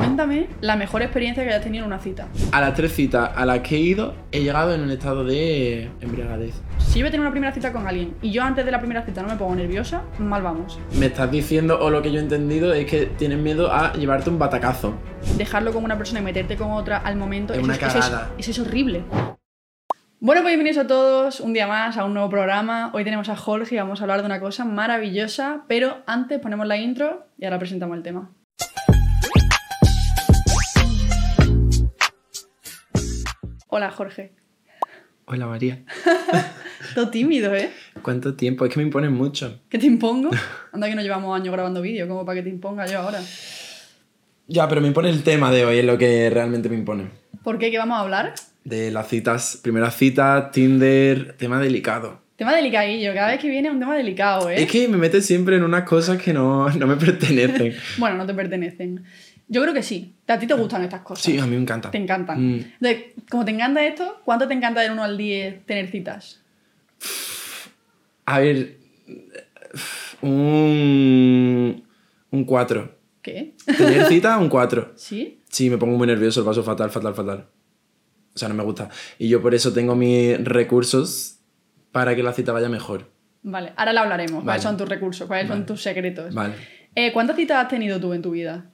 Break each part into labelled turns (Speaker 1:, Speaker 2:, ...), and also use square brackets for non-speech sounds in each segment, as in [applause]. Speaker 1: cuéntame la mejor experiencia que hayas tenido en una cita.
Speaker 2: A las tres citas a las que he ido, he llegado en un estado de embriagadez.
Speaker 1: Si yo voy a tener una primera cita con alguien y yo antes de la primera cita no me pongo nerviosa, mal vamos.
Speaker 2: Me estás diciendo, o lo que yo he entendido, es que tienes miedo a llevarte un batacazo.
Speaker 1: Dejarlo con una persona y meterte con otra al momento
Speaker 2: Es una
Speaker 1: eso, eso
Speaker 2: cagada.
Speaker 1: es, eso es horrible. Bueno, pues bienvenidos a todos un día más a un nuevo programa. Hoy tenemos a Jorge y vamos a hablar de una cosa maravillosa, pero antes ponemos la intro y ahora presentamos el tema. Hola Jorge,
Speaker 2: Hola María.
Speaker 1: todo tímido, ¿eh?
Speaker 2: ¿Cuánto tiempo? Es que me imponen mucho.
Speaker 1: ¿Qué te impongo? Anda que no llevamos años grabando vídeo, como para que te imponga yo ahora.
Speaker 2: Ya, pero me impone el tema de hoy, es lo que realmente me impone.
Speaker 1: ¿Por qué? ¿Qué vamos a hablar?
Speaker 2: De las citas, primeras citas, Tinder, tema delicado.
Speaker 1: Tema delicadillo, cada vez que viene es un tema delicado, ¿eh?
Speaker 2: Es que me metes siempre en unas cosas que no, no me pertenecen.
Speaker 1: Bueno, no te pertenecen. Yo creo que sí. A ti te gustan estas cosas.
Speaker 2: [laughs] Ah, Sí, a mí me encanta.
Speaker 1: Te encantan.
Speaker 2: Mm.
Speaker 1: Entonces, como te encanta esto, ¿cuánto te encanta del 1 al 10 tener citas?
Speaker 2: A ver, un... Un 4.
Speaker 1: ¿Qué?
Speaker 2: Tener cita, un 4.
Speaker 1: ¿Sí?
Speaker 2: Sí, me pongo muy nervioso, el paso fatal, fatal, fatal. O sea, no me gusta. Y yo por eso tengo mis recursos para que la cita vaya mejor.
Speaker 1: Vale, ahora la hablaremos.
Speaker 2: Vale.
Speaker 1: ¿Cuáles son tus recursos? ¿Cuáles son tus secretos?
Speaker 2: Vale.
Speaker 1: Eh, ¿Cuántas citas has tenido tú en tu vida?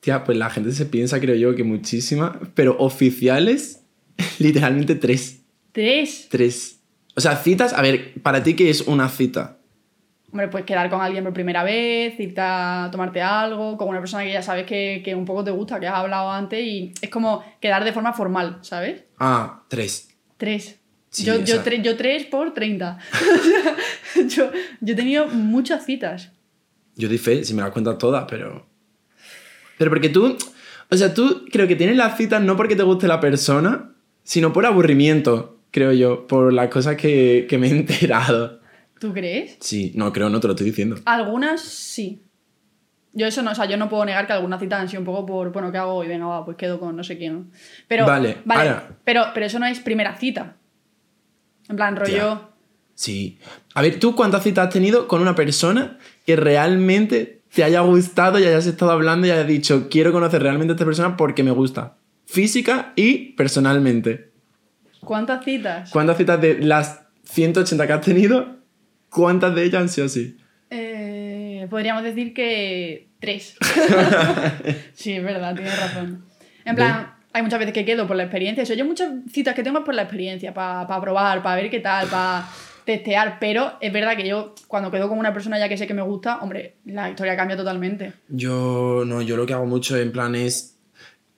Speaker 2: Tía, pues la gente se piensa, creo yo, que muchísimas, pero oficiales, [laughs] literalmente tres.
Speaker 1: ¿Tres?
Speaker 2: Tres. O sea, citas, a ver, ¿para ti qué es una cita?
Speaker 1: Hombre, pues quedar con alguien por primera vez, irte a tomarte algo, con una persona que ya sabes que, que un poco te gusta, que has hablado antes y es como quedar de forma formal, ¿sabes?
Speaker 2: Ah, tres.
Speaker 1: Tres.
Speaker 2: Sí,
Speaker 1: yo, yo,
Speaker 2: esa.
Speaker 1: tre- yo tres por 30. O sea, [laughs] yo, yo he tenido muchas citas.
Speaker 2: Yo di fe, si me las cuentas todas, pero. Pero porque tú. O sea, tú creo que tienes las citas no porque te guste la persona, sino por aburrimiento, creo yo, por las cosas que, que me he enterado.
Speaker 1: ¿Tú crees?
Speaker 2: Sí, no, creo, no te lo estoy diciendo.
Speaker 1: Algunas sí. Yo eso no, o sea, yo no puedo negar que algunas citas han sido un poco por, bueno, ¿qué hago hoy? Venga, va, pues quedo con no sé quién. Pero,
Speaker 2: Vale, ahora.
Speaker 1: pero, pero eso no es primera cita. En plan, rollo...
Speaker 2: Sí. A ver, ¿tú cuántas citas has tenido con una persona que realmente te haya gustado y hayas estado hablando y hayas dicho, quiero conocer realmente a esta persona porque me gusta? Física y personalmente.
Speaker 1: ¿Cuántas citas?
Speaker 2: ¿Cuántas citas de las 180 que has tenido, cuántas de ellas han sido así?
Speaker 1: Eh, podríamos decir que tres. sí, es verdad, tienes razón. En plan, hay muchas veces que quedo por la experiencia. Eso, yo muchas citas que tengo es por la experiencia, para probar, para ver qué tal, para testear. Pero es verdad que yo, cuando quedo con una persona ya que sé que me gusta, hombre, la historia cambia totalmente.
Speaker 2: Yo, no, yo lo que hago mucho en plan es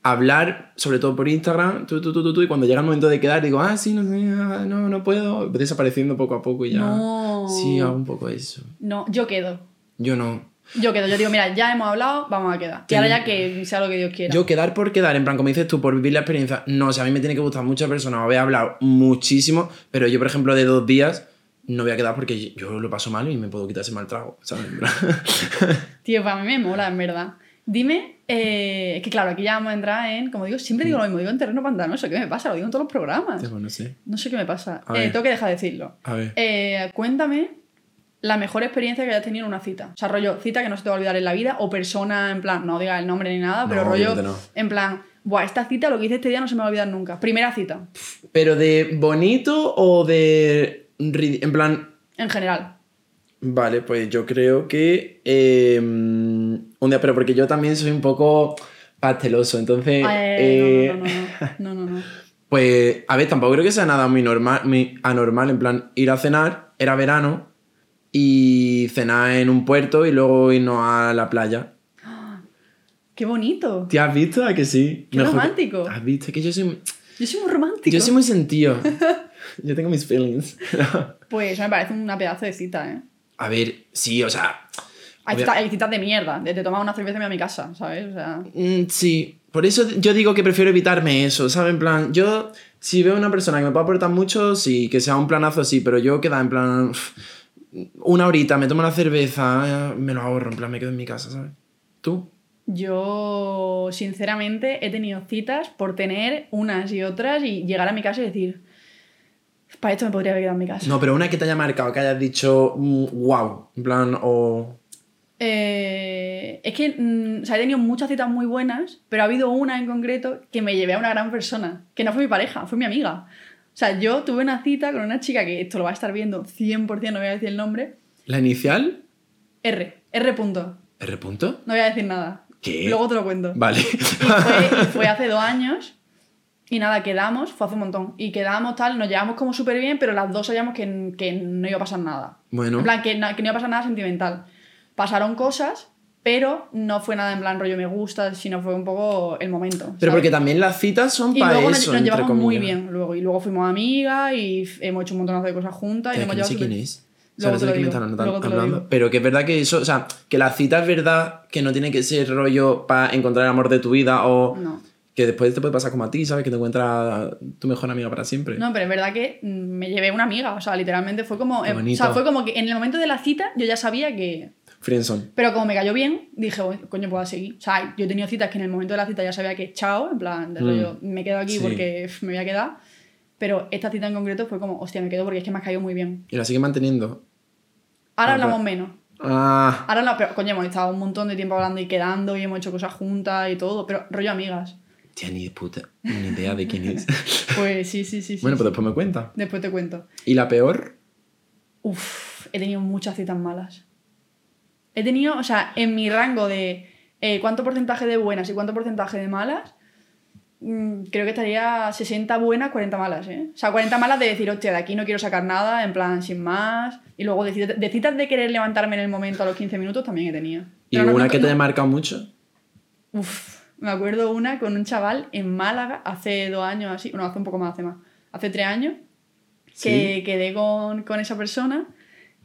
Speaker 2: hablar, sobre todo por Instagram, tú, tú, tú, tú, tú, y cuando llega el momento de quedar, digo, ah, sí, no, sé, ah, no, no puedo, desapareciendo poco a poco y ya.
Speaker 1: No.
Speaker 2: Sí, hago un poco eso.
Speaker 1: No, yo quedo.
Speaker 2: Yo no.
Speaker 1: Yo quedo. Yo digo, mira, ya hemos hablado, vamos a quedar. Y ahora ya que sea lo que Dios quiera.
Speaker 2: Yo quedar por quedar, en plan, como dices tú, por vivir la experiencia, no, o sea, a mí me tiene que gustar mucha persona, voy a hablar muchísimo, pero yo, por ejemplo, de dos días no voy a quedar porque yo lo paso mal y me puedo quitar ese mal trago, ¿sabes? [laughs] En plan,
Speaker 1: Tío, para mí me mola, en verdad. Dime, eh, es que claro, aquí ya vamos a entrar en, como digo, siempre digo lo mismo, digo en terreno pantanoso, ¿qué me pasa? Lo digo en todos los programas.
Speaker 2: tipo, no sé.
Speaker 1: No sé qué me pasa.
Speaker 2: A
Speaker 1: Eh,
Speaker 2: ver.
Speaker 1: tengo que dejar de decirlo.
Speaker 2: A ver.
Speaker 1: Eh, cuéntame la mejor experiencia que hayas tenido en una cita. O sea, rollo, cita que no se te va a olvidar en la vida, o persona, en plan, no diga el nombre ni nada,
Speaker 2: No,
Speaker 1: pero rollo,
Speaker 2: obviamente no.
Speaker 1: en plan, buah, esta cita, lo que hice este día no se me va a olvidar nunca. Primera cita,
Speaker 2: Pero de bonito o de... ri- En plan,
Speaker 1: en general.
Speaker 2: Vale, pues yo creo que eh, un día, pero porque yo también soy un poco pasteloso, entonces...
Speaker 1: Eh,
Speaker 2: eh,
Speaker 1: no, no, no, no, no, no, no.
Speaker 2: Pues, a ver, tampoco creo que sea nada muy, normal, muy anormal, en plan, ir a cenar, era verano, y cenar en un puerto y luego irnos a la playa.
Speaker 1: Qué bonito.
Speaker 2: ¿Te has visto a que sí?
Speaker 1: Qué
Speaker 2: que-
Speaker 1: romántico.
Speaker 2: ¿Has visto? Es que yo soy,
Speaker 1: Yo soy muy romántico.
Speaker 2: yo soy muy
Speaker 1: [laughs]
Speaker 2: sentido. yo tengo mis feelings.
Speaker 1: Pues eso me parece una pedazo de cita, ¿eh?
Speaker 2: a ver, sí, o sea,
Speaker 1: Hay,
Speaker 2: Obvia-
Speaker 1: cita- hay citas de mierda, de te tomar una cerveza y me voy a mi casa, ¿sabes? O sea,
Speaker 2: Mm, Sí, por eso yo digo que prefiero evitarme eso, ¿sabes? En plan, yo si veo una persona que me pueda aportar mucho, sí, que sea un planazo así, pero yo queda en plan uf, una horita, me tomo una cerveza, eh, me lo ahorro, en plan, me quedo en mi casa, ¿sabes? ¿Tú?
Speaker 1: yo sinceramente he tenido citas por tener unas y otras y llegar a mi casa y decir, para esto me podría haber quedado en mi casa.
Speaker 2: mm, No, pero una que te haya marcado, que hayas dicho, wow, en plan, o...
Speaker 1: Eh, es que mm, o sea, he tenido muchas citas muy buenas, pero ha habido una en concreto que me llevé a una gran persona, que no fue mi pareja, fue mi amiga. O sea, yo tuve una cita con una chica que esto lo va a estar viendo 100%, no voy a decir el nombre.
Speaker 2: ¿La inicial?
Speaker 1: R, R punto.
Speaker 2: ¿R punto?
Speaker 1: No voy a decir nada.
Speaker 2: ¿Qué?
Speaker 1: Luego te lo cuento.
Speaker 2: Vale. [laughs]
Speaker 1: Y fue, y fue hace dos años. Y nada, quedamos, fue hace un montón. Y quedamos tal, nos llevamos como súper bien, pero las dos sabíamos que, n- que no iba a pasar nada.
Speaker 2: Bueno.
Speaker 1: En plan, que no, que no iba a pasar nada sentimental. Pasaron cosas, pero no fue nada en plan rollo me gusta, sino fue un poco el momento.
Speaker 2: Pero
Speaker 1: ¿sabes?
Speaker 2: porque también las citas son
Speaker 1: Y
Speaker 2: para
Speaker 1: luego
Speaker 2: eso,
Speaker 1: nos, nos
Speaker 2: entre
Speaker 1: llevamos muy
Speaker 2: comillas.
Speaker 1: bien luego. Y luego fuimos amigas y f- hemos hecho un montonazo de cosas juntas. Y
Speaker 2: Claro,
Speaker 1: nos hemos
Speaker 2: Eh, que no
Speaker 1: llevado
Speaker 2: sé quién
Speaker 1: súper-
Speaker 2: es.
Speaker 1: Luego
Speaker 2: Ahora
Speaker 1: te
Speaker 2: sé
Speaker 1: lo
Speaker 2: quién me
Speaker 1: digo,
Speaker 2: están anotando-
Speaker 1: luego te lo
Speaker 2: hablando.
Speaker 1: digo.
Speaker 2: Pero que es verdad que eso, o sea, que la cita es verdad que no tiene que ser rollo para encontrar el amor de tu vida o
Speaker 1: No.
Speaker 2: que después te puede pasar como a ti, ¿sabes? Que te encuentra tu mejor amiga para siempre.
Speaker 1: No, pero es verdad que mm, me llevé una amiga, o sea, literalmente fue como...
Speaker 2: Qué
Speaker 1: eh, o sea,
Speaker 2: bonito.
Speaker 1: fue como que en el momento de la cita yo ya sabía que...
Speaker 2: Friendson.
Speaker 1: Pero como me cayó bien, dije, "Bueno, coño, puedo seguir. O sea, yo he tenido citas que en el momento de la cita ya sabía que chao, en plan, de
Speaker 2: Mm.
Speaker 1: rollo, me quedo aquí
Speaker 2: Sí.
Speaker 1: porque pf, me voy a quedar. Pero esta cita en concreto fue como, hostia, me quedo porque es que me has caído muy bien.
Speaker 2: Y la sigue manteniendo.
Speaker 1: Ahora
Speaker 2: Ah,
Speaker 1: hablamos
Speaker 2: pero-
Speaker 1: menos.
Speaker 2: Ah,
Speaker 1: Ahora no, pero coño, hemos estado un montón de tiempo hablando y quedando y hemos hecho cosas juntas y todo, pero rollo amigas.
Speaker 2: tía, ni de puta, ni idea de quién es.
Speaker 1: Pues [laughs] sí, sí, sí. sí,
Speaker 2: bueno,
Speaker 1: sí.
Speaker 2: pues después me cuenta.
Speaker 1: Después te cuento.
Speaker 2: ¿Y la peor?
Speaker 1: Uf, he tenido muchas citas malas. He tenido, o sea, en mi rango de eh, cuánto porcentaje de buenas y cuánto porcentaje de malas, mm, creo que estaría 60 buenas, 40 malas, ¿eh? O sea, 40 malas de decir, hostia, de aquí no quiero sacar nada, en plan, sin más. Y luego de, citas- de citas de querer levantarme en el momento a los 15 minutos también he tenido.
Speaker 2: ¿Y
Speaker 1: Pero no-
Speaker 2: una
Speaker 1: no-
Speaker 2: que te
Speaker 1: no-
Speaker 2: haya marcado mucho?
Speaker 1: Uf, me acuerdo una con un chaval en Málaga hace dos años, así, no, hace un poco más, hace más, hace tres años, que
Speaker 2: Sí.
Speaker 1: quedé con, con esa persona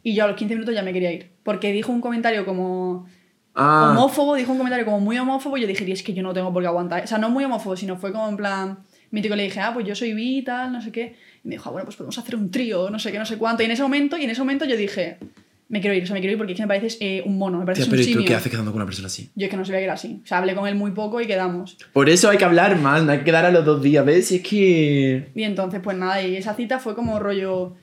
Speaker 1: y yo a los 15 minutos ya me quería ir, porque dijo un comentario como
Speaker 2: Ah,
Speaker 1: homófobo, dijo un comentario como muy homófobo y yo dije, "Y es que yo no tengo por qué aguantar, o sea, no muy homófobo, sino fue como en plan mítico, le dije, ah, pues yo soy bi y tal, no sé qué, y me dijo, ah, bueno, pues podemos hacer un trío, no sé qué, no sé cuánto, y en ese momento, y en ese momento yo dije, me quiero ir, o sea, me quiero ir porque es que me pareces eh, un mono, me
Speaker 2: tía,
Speaker 1: pareces
Speaker 2: pero
Speaker 1: un
Speaker 2: ¿y tú
Speaker 1: simio.
Speaker 2: qué haces quedando con una persona así?
Speaker 1: Yo es que no sabía que era así. O sea, hablé con él muy poco y quedamos.
Speaker 2: Por eso hay que hablar más, no hay que quedar a los dos días, ¿ves? Si es que...
Speaker 1: Y entonces, pues nada, y esa cita fue como rollo.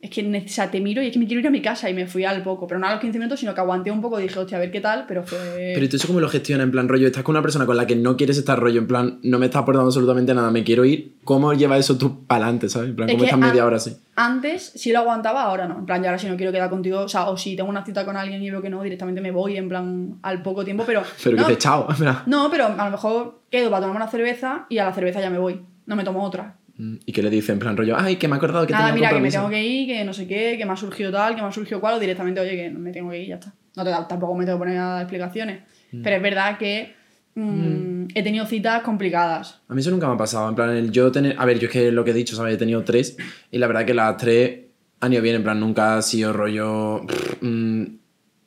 Speaker 1: Es que ne- o sea, te miro y es que me quiero ir a mi casa y me fui al poco. Pero no a los 15 minutos, sino que aguanté un poco y dije, hostia, a ver qué tal, pero fue.
Speaker 2: Pero ¿y tú eso cómo lo gestionas? En plan, rollo, estás con una persona con la que no quieres estar rollo, en plan, no me está aportando absolutamente nada, me quiero ir. ¿Cómo lleva eso tú para adelante, sabes? En plan,
Speaker 1: Es
Speaker 2: ¿cómo
Speaker 1: que
Speaker 2: estás media
Speaker 1: an-
Speaker 2: hora así?
Speaker 1: Antes sí lo aguantaba, ahora no. En plan, yo ahora si no quiero quedar contigo, o sea, o si tengo una cita con alguien y veo que no, directamente me voy, en plan, al poco tiempo, pero.
Speaker 2: [laughs] Pero
Speaker 1: no,
Speaker 2: que te chao, en plan.
Speaker 1: no, pero a lo mejor quedo para tomarme una cerveza y a la cerveza ya me voy. No me tomo otra.
Speaker 2: Mm, ¿Y qué le dices? En plan, rollo, ay, que me he acordado que
Speaker 1: Nada,
Speaker 2: tenía
Speaker 1: mira, que me
Speaker 2: compromiso.
Speaker 1: tengo que ir, que no sé qué, que me ha surgido tal, que me ha surgido cual, o directamente, oye, que me tengo que ir, ya está. No te, tampoco me tengo que poner a dar explicaciones. Pero es verdad que mm, he tenido citas complicadas.
Speaker 2: A mí eso nunca me ha pasado. En plan, el yo tener. A ver, yo es que lo que he dicho, ¿sabes? He tenido tres. Y la verdad que las tres han ido bien. En plan, nunca ha sido rollo. pff, mm,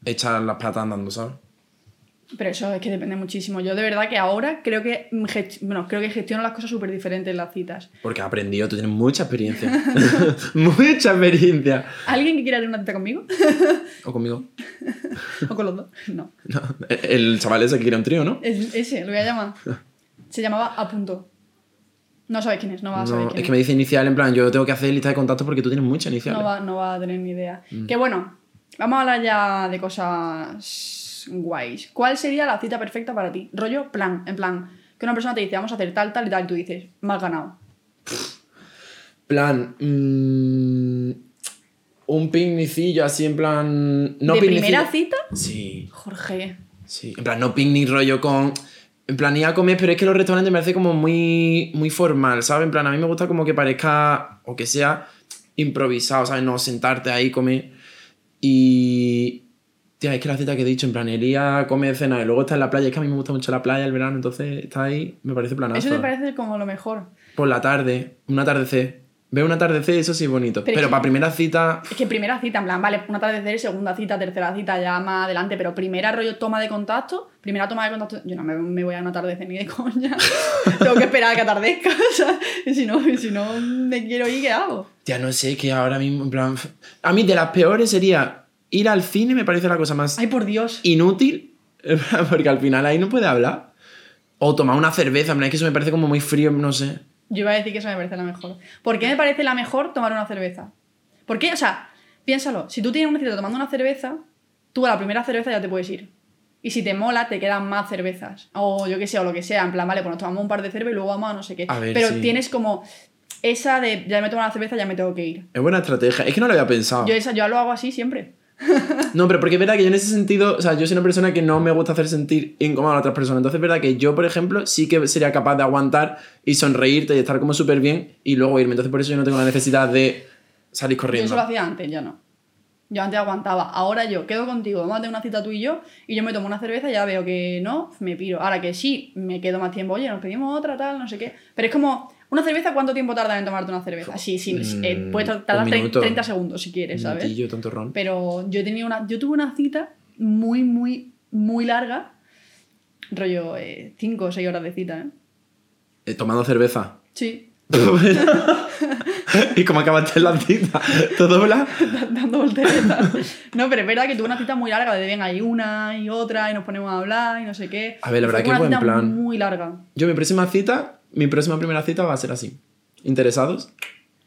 Speaker 2: echar las patas andando, ¿sabes?
Speaker 1: Pero eso es que depende muchísimo. Yo de verdad que ahora creo que, mm, gest- bueno, creo que gestiono las cosas súper diferentes en las citas.
Speaker 2: Porque has aprendido, tú tienes
Speaker 1: [laughs]
Speaker 2: mucha experiencia. [laughs] mucha experiencia.
Speaker 1: ¿Alguien que quiera tener una cita conmigo? [laughs]
Speaker 2: O conmigo.
Speaker 1: ¿O con los dos? No.
Speaker 2: No, [laughs] el chaval ese que quiere un trío, ¿no?
Speaker 1: Es- ese, lo voy a llamar. Se llamaba A punto. No sabes quién es, no vas a saber
Speaker 2: No,
Speaker 1: quién
Speaker 2: es que me dice inicial, en plan, yo tengo que hacer lista de contactos porque tú tienes mucha inicial.
Speaker 1: No va, no va a tener ni idea. Que bueno, vamos a hablar ya de cosas guays. ¿Cuál sería la cita perfecta para ti? Rollo plan, en plan, que una persona te dice, vamos a hacer tal, tal y tal, y tú dices, me has ganado.
Speaker 2: plan, mm, un picnicillo así, en plan... No
Speaker 1: ¿De
Speaker 2: picnicillo-
Speaker 1: primera cita?
Speaker 2: Sí,
Speaker 1: Jorge.
Speaker 2: sí. En plan, no picnic rollo con... En plan, ir a comer, pero es que los restaurantes me parece como muy, muy formal, ¿sabes? En plan, a mí me gusta como que parezca, o que sea, improvisado, ¿sabes? No sentarte ahí, comer. Y... Tía, es que la cita que he dicho, en plan, el ir a comer, cenar y luego estar en la playa, es que a mí me gusta mucho la playa, el verano, entonces está ahí, me parece planazo.
Speaker 1: Eso te parece como lo mejor.
Speaker 2: Por la tarde, un atardecer. Ver un atardecer, eso sí es bonito.
Speaker 1: Pero
Speaker 2: Pero,
Speaker 1: es que-
Speaker 2: para primera cita,
Speaker 1: Es que primera cita, en plan, vale, una tarde segunda cita, tercera cita, ya más adelante, pero primera rollo toma de contacto, primera toma de contacto, yo no me, me voy a una tarde ni de coña, [laughs] tengo que esperar a que atardezca, [laughs] o sea, y si no, y si no me quiero ir, ¿qué hago?
Speaker 2: ya no sé, que ahora mismo, en plan... A mí de las peores sería ir al cine, me parece la cosa más
Speaker 1: Ay, por Dios.
Speaker 2: inútil, [laughs] porque al final ahí no puede hablar. O tomar una cerveza, en plan, es que eso me parece como muy frío, no sé.
Speaker 1: Yo iba a decir que eso me parece la mejor. ¿Por qué me parece la mejor tomar una cerveza? ¿Por qué? O sea, piénsalo. Si tú tienes una cita tomando una cerveza, tú a la primera cerveza ya te puedes ir. Y si te mola, te quedan más cervezas. O yo qué sé, o lo que sea. En plan, vale, pues nos tomamos un par de cervezas y luego vamos a no sé qué.
Speaker 2: A ver,
Speaker 1: Pero
Speaker 2: sí.
Speaker 1: tienes como esa de ya me tomo una cerveza, ya me tengo que ir.
Speaker 2: Es buena estrategia. Es que no lo había pensado.
Speaker 1: Yo, esa, yo lo hago así siempre.
Speaker 2: No, pero porque es verdad que yo en ese sentido, o sea, yo soy una persona que no me gusta hacer sentir incómoda a otras personas. Entonces es verdad que yo, por ejemplo, sí que sería capaz de aguantar y sonreírte y estar como súper bien y luego irme. Entonces por eso yo no tengo la necesidad de salir
Speaker 1: Yo eso
Speaker 2: corriendo.
Speaker 1: lo hacía antes, yo no. Yo antes aguantaba. Ahora yo quedo contigo, vamos a tener una cita tú y yo, y yo me tomo una cerveza y ya veo que no, me piro. Ahora que sí, me quedo más tiempo, oye, nos pedimos otra, tal, no sé qué. Pero es como, ¿una cerveza cuánto tiempo tarda en tomarte una cerveza? Sí, sí,
Speaker 2: Mm,
Speaker 1: eh, puedes
Speaker 2: un
Speaker 1: tardar tre-
Speaker 2: minuto.
Speaker 1: 30 segundos si quieres, ¿sabes?
Speaker 2: Minutillo, tanto ron.
Speaker 1: Pero yo tenía una. Yo tuve una cita muy, muy, muy larga. Rollo 5 o 6 horas de cita, ¿eh?
Speaker 2: Eh, tomando cerveza. [laughs]
Speaker 1: Sí. [laughs]
Speaker 2: y como acabaste la cita, ¿te doblas?
Speaker 1: [laughs] Dando volteretas. No, pero es verdad que tuve una cita muy larga, de venga, hay una y otra, y nos ponemos a hablar y no sé qué.
Speaker 2: A ver, la
Speaker 1: Fue
Speaker 2: verdad que
Speaker 1: una
Speaker 2: buen
Speaker 1: cita
Speaker 2: plan.
Speaker 1: muy larga.
Speaker 2: Yo mi próxima cita, mi próxima primera cita va a ser así. ¿Interesados?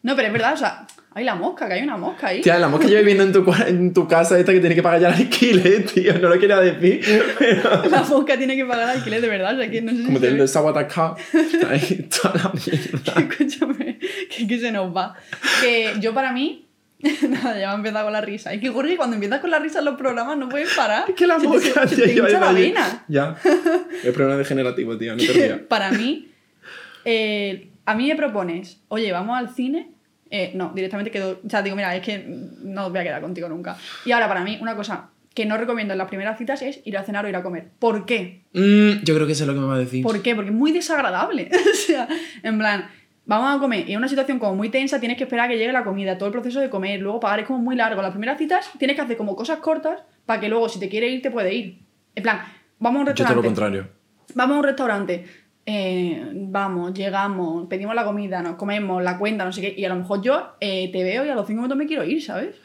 Speaker 1: No, pero es verdad, o sea, hay la mosca, que hay una mosca ahí.
Speaker 2: Tía, la mosca lleva viviendo en tu, cua- en tu casa esta que tiene que pagar ya el alquiler, [laughs] tío. No lo quería [laughs] decir, pero...
Speaker 1: [laughs] La mosca tiene que pagar alquiler, de verdad, o sea, que no sé si
Speaker 2: Como
Speaker 1: se
Speaker 2: teniendo
Speaker 1: ve-
Speaker 2: el sábado atacado. Ahí, toda la mierda.
Speaker 1: [laughs] Escúchame, que, que se nos va. Que yo para mí. [laughs] Nada, ya me he empezado con la risa. Es que Jorge, cuando empiezas con la risa en los programas no puedes parar.
Speaker 2: Es que [laughs] la
Speaker 1: Se te-
Speaker 2: mosca,
Speaker 1: se
Speaker 2: tío,
Speaker 1: te
Speaker 2: iba a
Speaker 1: hincha la
Speaker 2: decir-
Speaker 1: vena. [laughs]
Speaker 2: Ya. Es problema degenerativo, tío, no te
Speaker 1: Que
Speaker 2: rías.
Speaker 1: [laughs] para mí, eh, a mí me propones, oye, vamos al cine. Eh, no, directamente quedo. O sea, digo, mira, es que no voy a quedar contigo nunca. Y ahora, para mí, una cosa que no recomiendo en las primeras citas es ir a cenar o ir a comer. ¿Por qué?
Speaker 2: Mm, yo creo que sé lo que me va a decir.
Speaker 1: ¿Por qué? Porque es muy desagradable. [laughs] o sea, en plan, vamos a comer. Y en una situación como muy tensa tienes que esperar a que llegue la comida, todo el proceso de comer, luego pagar es como muy largo. Las primeras citas tienes que hacer como cosas cortas para que luego si te quiere ir te puede ir. En plan, vamos a un
Speaker 2: yo todo lo
Speaker 1: restaurante.
Speaker 2: contrario.
Speaker 1: vamos a un restaurante. eh, vamos, llegamos, pedimos la comida, nos comemos la cuenta, no sé qué, y a lo mejor yo eh, te veo y a los cinco minutos me quiero ir, ¿sabes?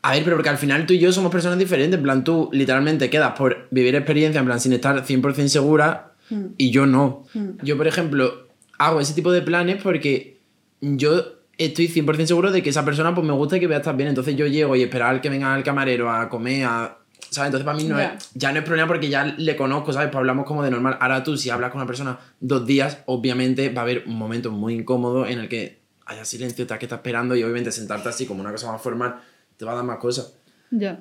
Speaker 2: A ver, pero porque al final tú y yo somos personas diferentes. En plan, tú literalmente quedas por vivir experiencia, en plan, sin estar 100% segura, y yo no. Yo, por ejemplo, hago ese tipo de planes porque yo estoy 100% seguro de que esa persona pues me gusta y que voy a estar bien. Entonces yo llego y esperar que venga el camarero a comer, a... ¿Sabes? Entonces para mí no
Speaker 1: Ya.
Speaker 2: es, ya no es problema porque ya le conozco, ¿sabes? Pues hablamos como de normal. Ahora tú, si hablas con una persona dos días, obviamente va a haber un momento muy incómodo en el que haya silencio, te que estás esperando y obviamente sentarte así como una cosa más formal te va a dar más cosas.
Speaker 1: Ya.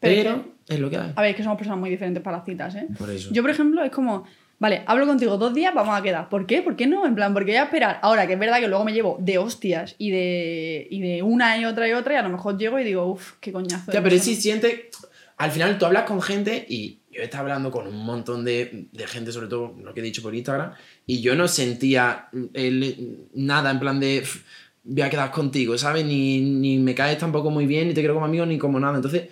Speaker 2: Pero es lo que hay.
Speaker 1: A ver, es que somos personas muy diferentes para las citas, ¿eh?
Speaker 2: Por eso.
Speaker 1: Yo, por ejemplo, es como, vale, hablo contigo dos días, vamos a quedar. ¿Por qué? ¿Por qué no? En plan, porque voy a esperar. Ahora, que es verdad que luego me llevo de hostias y de, y de una y otra y otra, y a lo mejor llego y digo, uff, qué coñazo. ¿eh? de
Speaker 2: Ya, pero es si
Speaker 1: persona".
Speaker 2: siente. Al final tú hablas con gente y yo estaba hablando con un montón de, de gente, sobre todo lo que he dicho por Instagram, y yo no sentía mm, el- nada en plan de "Pf, voy a quedar contigo, ¿sabes? Ni, ni me caes tampoco muy bien, ni te quiero como amigo, ni como nada. Entonces,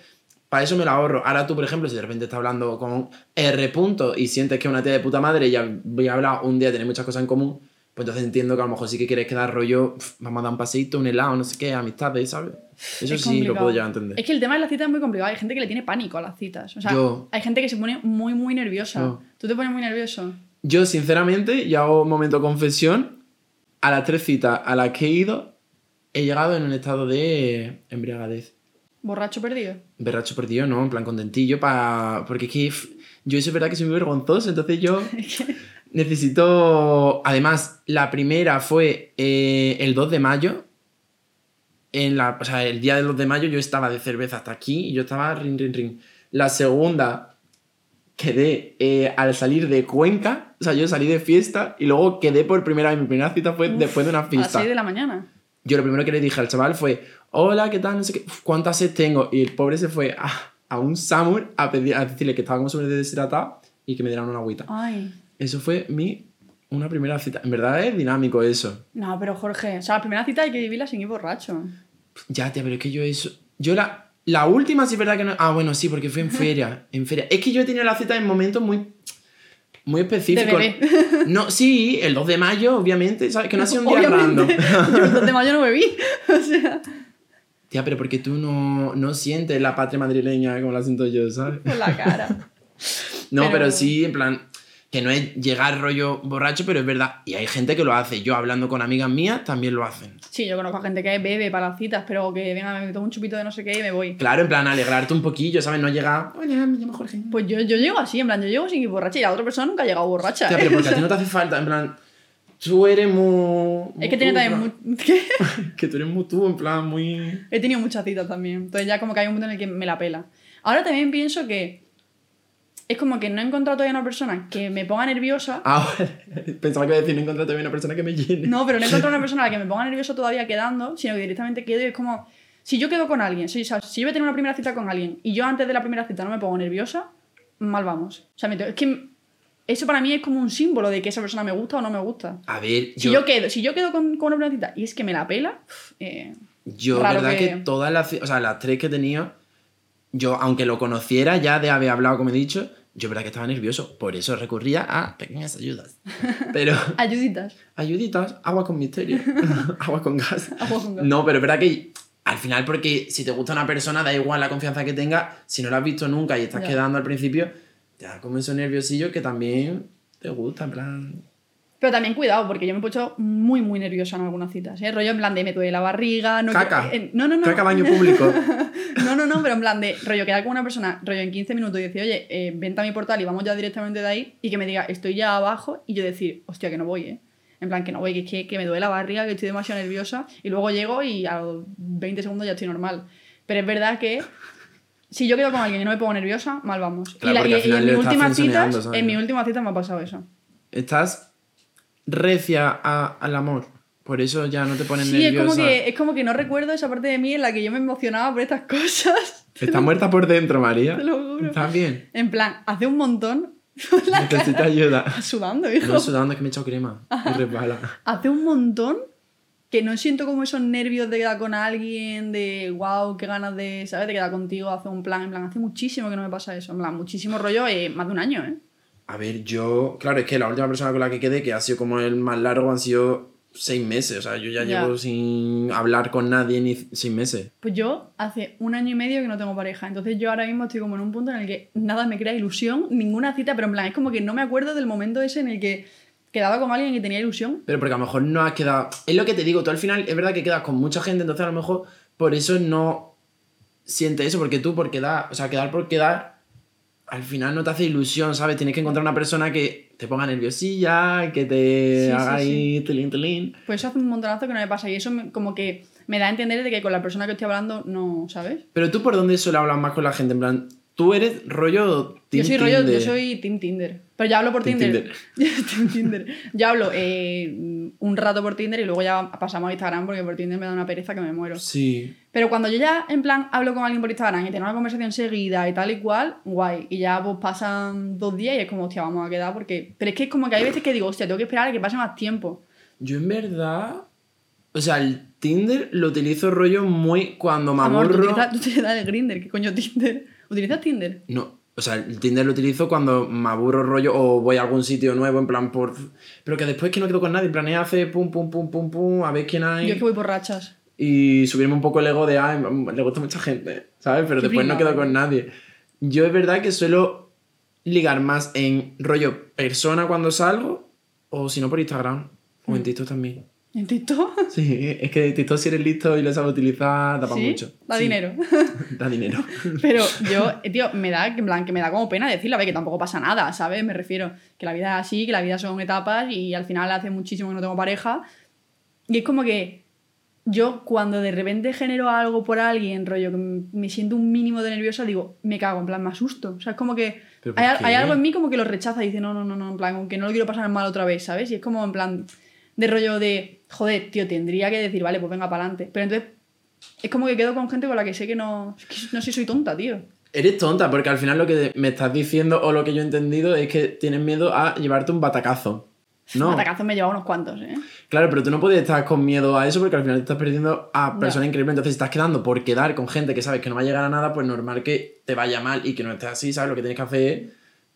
Speaker 2: para eso me lo ahorro. Ahora tú, por ejemplo, si de repente estás hablando con R. Punto y sientes que es una tía de puta madre y ya voy a hablar un día, tener muchas cosas en común, pues entonces entiendo que a lo mejor sí que quieres quedar rollo, "Pf, vamos a dar un paseito, un helado, no sé qué, amistades, ¿sabes? Eso
Speaker 1: Es
Speaker 2: sí lo
Speaker 1: complicado.
Speaker 2: puedo llegar a entender.
Speaker 1: Es que el tema de las citas es muy complicado. Hay gente que le tiene pánico a las citas. O sea,
Speaker 2: Yo.
Speaker 1: hay gente que se pone muy, muy nerviosa.
Speaker 2: Yo.
Speaker 1: ¿Tú te pones muy nervioso?
Speaker 2: Yo, sinceramente, y hago un momento confesión, a las tres citas a las que he ido, he llegado en un estado de embriagadez.
Speaker 1: ¿Borracho perdido?
Speaker 2: Berracho perdido, ¿no? En plan contentillo, para porque es que pff, yo eso es verdad que soy muy vergonzoso, entonces yo necesito... Además, la primera fue eh, el 2 de mayo. En la, o sea, el día del 2 de mayo yo estaba de cerveza hasta aquí y yo estaba rin, rin, rin. La segunda quedé eh, al salir de Cuenca, o sea, yo salí de fiesta y luego quedé por primera vez. Mi primera cita fue
Speaker 1: Uf,
Speaker 2: después de una
Speaker 1: A las
Speaker 2: fiesta.
Speaker 1: 6 de la mañana.
Speaker 2: Yo lo primero que le dije al chaval fue, hola, ¿qué tal? No sé qué, Uf, ¿cuántas sed tengo? Y el pobre se fue a, a un Samur a, pedir, a decirle que estaba como sobre deshidratado y que me dieran una agüita.
Speaker 1: Ay.
Speaker 2: Eso fue mi, una primera cita. En verdad es dinámico eso.
Speaker 1: No, pero Jorge, o sea, la primera cita hay que vivirla sin ir borracho.
Speaker 2: Ya, tía, pero es que yo eso... Yo la, la última sí es verdad que no... Ah, bueno, sí, porque fue
Speaker 1: [laughs]
Speaker 2: en feria. En feria. Es que yo he tenido la cita en momentos muy... Muy específicos.
Speaker 1: bebé.
Speaker 2: [laughs] No, sí, el 2 de mayo, obviamente, ¿sabes? Que no ha sido un día random.
Speaker 1: Obviamente, [laughs] yo el 2 de mayo no bebí.
Speaker 2: [laughs]
Speaker 1: O sea,
Speaker 2: Tía, pero porque tú no, no sientes la patria madrileña como la siento yo, ¿sabes?
Speaker 1: por la cara.
Speaker 2: No, pero...
Speaker 1: Pero-
Speaker 2: sí, en plan, que no es llegar rollo borracho, pero es verdad. Y hay gente que lo hace. Yo hablando con amigas mías también lo hacen.
Speaker 1: Sí, yo conozco a gente que bebe para las citas, pero que venga, me tomo un chupito de no sé qué y me voy.
Speaker 2: Claro, en plan, alegrarte un poquillo, ¿sabes? No llegar. Hola, me llamo Jorge.
Speaker 1: Pues yo, yo llego así, en plan, yo llego sin ir borracha y la otra persona nunca ha llegado borracha.
Speaker 2: Hostia,
Speaker 1: ¿eh?
Speaker 2: pero porque a ti no te hace falta, en plan. Tú eres muy.
Speaker 1: Es que tiene también
Speaker 2: muy.
Speaker 1: mu- [laughs] ¿Qué?
Speaker 2: tú, en plan- [laughs] Que tú eres muy tú, en plan, muy.
Speaker 1: He tenido muchas citas también. Entonces ya como que hay un punto en el que me la pela. Ahora también pienso que es como que no he encontrado todavía una persona que me ponga nerviosa.
Speaker 2: Ah, [laughs] vale. Pensaba que iba a decir, no encontré todavía una persona que me llene.
Speaker 1: No, pero no he encontrado una persona a la que me ponga nerviosa todavía quedando, sino que directamente quedo y es como... Si yo quedo con alguien, si, o sea, si yo voy a tener una primera cita con alguien y yo antes de la primera cita no me pongo nerviosa, mal vamos. O sea, me tengo- es que eso para mí es como un símbolo de que esa persona me gusta o no me gusta.
Speaker 2: [laughs] A ver,
Speaker 1: Si yo quedo, si yo quedo con, con una primera cita y es que me la pela, eh,
Speaker 2: Yo,
Speaker 1: Raro
Speaker 2: verdad que...
Speaker 1: que-
Speaker 2: todas las, o sea, las tres que tenía, yo, aunque lo conociera ya de haber hablado, como he dicho, yo verdad que estaba nervioso. Por eso recurría a
Speaker 1: [laughs]
Speaker 2: pequeñas ayudas. Pero
Speaker 1: ayuditas.
Speaker 2: ayuditas, agua
Speaker 1: [laughs]
Speaker 2: con misterio, agua con gas.
Speaker 1: Agua con gas.
Speaker 2: No, pero es verdad que al final, porque si te gusta una persona, da igual la confianza que tenga, si no la has visto nunca y estás
Speaker 1: Ya.
Speaker 2: quedando al principio, te da como esos nerviosillos que también te gusta, en plan...
Speaker 1: Pero también cuidado, porque yo me he puesto muy, muy nerviosa en algunas citas, ¿eh? Rollo en plan de me duele la barriga... No
Speaker 2: Caca.
Speaker 1: eh, no, no, no.
Speaker 2: Caca
Speaker 1: [laughs]
Speaker 2: baño público.
Speaker 1: No, no, no, pero en plan de rollo quedar con una persona, rollo en 15 minutos y decir, oye, eh, vente a mi portal y vamos ya directamente de ahí, y que me diga, estoy ya abajo, y yo decir, hostia, que no voy, ¿eh? En plan, que no voy, que, es que, que me duele la barriga, que estoy demasiado nerviosa, y luego llego y a los 20 segundos ya estoy normal. Pero es verdad que si yo quedo con alguien y no me pongo nerviosa, mal vamos.
Speaker 2: Claro,
Speaker 1: y,
Speaker 2: porque al
Speaker 1: y
Speaker 2: final
Speaker 1: en
Speaker 2: le
Speaker 1: mis
Speaker 2: estás
Speaker 1: últimas
Speaker 2: funcionando,
Speaker 1: citas,
Speaker 2: ¿sabes?
Speaker 1: en mi última cita me ha pasado eso.
Speaker 2: estás recia a- al amor. Por eso ya no te pones
Speaker 1: Sí, es
Speaker 2: nerviosa.
Speaker 1: como, que, es como que no recuerdo esa parte de mí en la que yo me emocionaba por estas [laughs] cosas.
Speaker 2: Está muerta por dentro, María.
Speaker 1: Te lo juro.
Speaker 2: Estás bien.
Speaker 1: En plan, hace un montón. [laughs]
Speaker 2: Necesita ayuda.
Speaker 1: sudando, hijo.
Speaker 2: No sudando, es que me he echado crema. Y resbala.
Speaker 1: Hace un montón que no siento como esos nervios de quedar con alguien, de wow, qué ganas de, ¿sabes? De quedar contigo, hacer un plan. En plan, hace muchísimo que no me pasa eso. En plan, muchísimo rollo, eh, más de un año, ¿eh?
Speaker 2: A ver, yo. Claro, es que la última persona con la que quedé, que ha sido como el más largo, han sido seis meses. O sea, yo ya,
Speaker 1: Ya.
Speaker 2: llevo sin hablar con nadie ni seis meses.
Speaker 1: Pues yo hace un año y medio que no tengo pareja. Entonces yo ahora mismo estoy como en un punto en el que nada me crea ilusión, ninguna cita, pero en plan, es como que no me acuerdo del momento ese en el que quedaba con alguien y tenía ilusión.
Speaker 2: Pero porque a lo mejor no has quedado. Es lo que te digo, tú al final es verdad que quedas con mucha gente, entonces a lo mejor por eso no sientes eso, porque tú por quedar, o sea, quedar por quedar, al final no te hace ilusión, ¿sabes? Tienes que encontrar una persona que te ponga nerviosilla, que te
Speaker 1: Sí, sí,
Speaker 2: haga
Speaker 1: sí.
Speaker 2: ahí tilín, tilín.
Speaker 1: Pues eso hace un montonazo que no me pasa y eso me- como que me da a entender de que con la persona que estoy hablando no, ¿sabes?
Speaker 2: Pero tú por dónde solo hablas más con la gente, en plan, tú eres rollo.
Speaker 1: Yo
Speaker 2: team
Speaker 1: soy rollo, yo
Speaker 2: Tinder.
Speaker 1: soy Team Tinder. Pero ya hablo por
Speaker 2: Team
Speaker 1: Tinder. [laughs] Team Tinder. Yo hablo eh, un rato por Tinder y luego ya pasamos a Instagram porque por Tinder me da una pereza que me muero.
Speaker 2: Sí.
Speaker 1: Pero cuando yo ya, en plan, hablo con alguien por Instagram y tenemos una conversación seguida y tal y cual, guay. Y ya pues pasan dos días y es como, hostia, vamos a quedar porque... Pero es que es como que hay veces que digo, hostia, tengo que esperar a que pase más tiempo.
Speaker 2: Yo en verdad. O sea, el Tinder lo utilizo rollo muy cuando me
Speaker 1: Amor, tú
Speaker 2: aburro.
Speaker 1: utilizas, tú utilizas el Grinder, ¿qué coño Tinder? ¿Utilizas Tinder?
Speaker 2: No, o sea, el Tinder lo utilizo cuando me aburro rollo o voy a algún sitio nuevo, en plan por. Pero que después que no quedo con nadie, planeé hacer pum, pum, pum, pum, pum, a ver quién hay.
Speaker 1: Yo es que voy por rachas.
Speaker 2: Y subirme un poco el ego de, ah, le gusta mucha gente, ¿sabes? Pero
Speaker 1: Qué
Speaker 2: después no
Speaker 1: pringao. eh.
Speaker 2: quedo con nadie. Yo es verdad que suelo ligar más en rollo persona cuando salgo, o si no por Instagram, o
Speaker 1: Mm.
Speaker 2: en TikTok también.
Speaker 1: ¿En TikTok?
Speaker 2: Sí, es que TikTok si eres listo y lo sabes utilizar, da para
Speaker 1: ¿Sí?
Speaker 2: mucho.
Speaker 1: Da
Speaker 2: Sí,
Speaker 1: dinero.
Speaker 2: [laughs] Da dinero. [laughs]
Speaker 1: Pero yo, eh, tío, me da, en plan, que me da como pena decirlo, a ver, que tampoco pasa nada, ¿sabes? Me refiero que la vida es así, que la vida son etapas y al final hace muchísimo que no tengo pareja. Y es como que yo cuando de repente genero algo por alguien, rollo, que m- me siento un mínimo de nerviosa, digo, me cago, en plan, me asusto. O sea, es como que
Speaker 2: ¿Pero por
Speaker 1: hay, al-
Speaker 2: qué?
Speaker 1: hay algo en mí como que lo rechaza y dice, no, no, no, no, en plan, aunque no lo quiero pasar mal otra vez, ¿sabes? Y es como en plan de rollo de, joder, tío, tendría que decir, vale, pues venga para adelante. Pero entonces es como que quedo con gente con la que sé que no. es que no sé si soy tonta, tío.
Speaker 2: Eres tonta, porque al final lo que me estás diciendo o lo que yo he entendido es que tienes miedo a llevarte un batacazo. No.
Speaker 1: Atacazos me lleva unos cuantos, ¿eh?
Speaker 2: Claro, pero tú no puedes estar con miedo a eso porque al final te estás perdiendo a
Speaker 1: Ya.
Speaker 2: personas increíbles. Entonces estás quedando por quedar con gente que sabes que no va a llegar a nada, pues normal que te vaya mal y que no estés así, ¿sabes? Lo que tienes que hacer es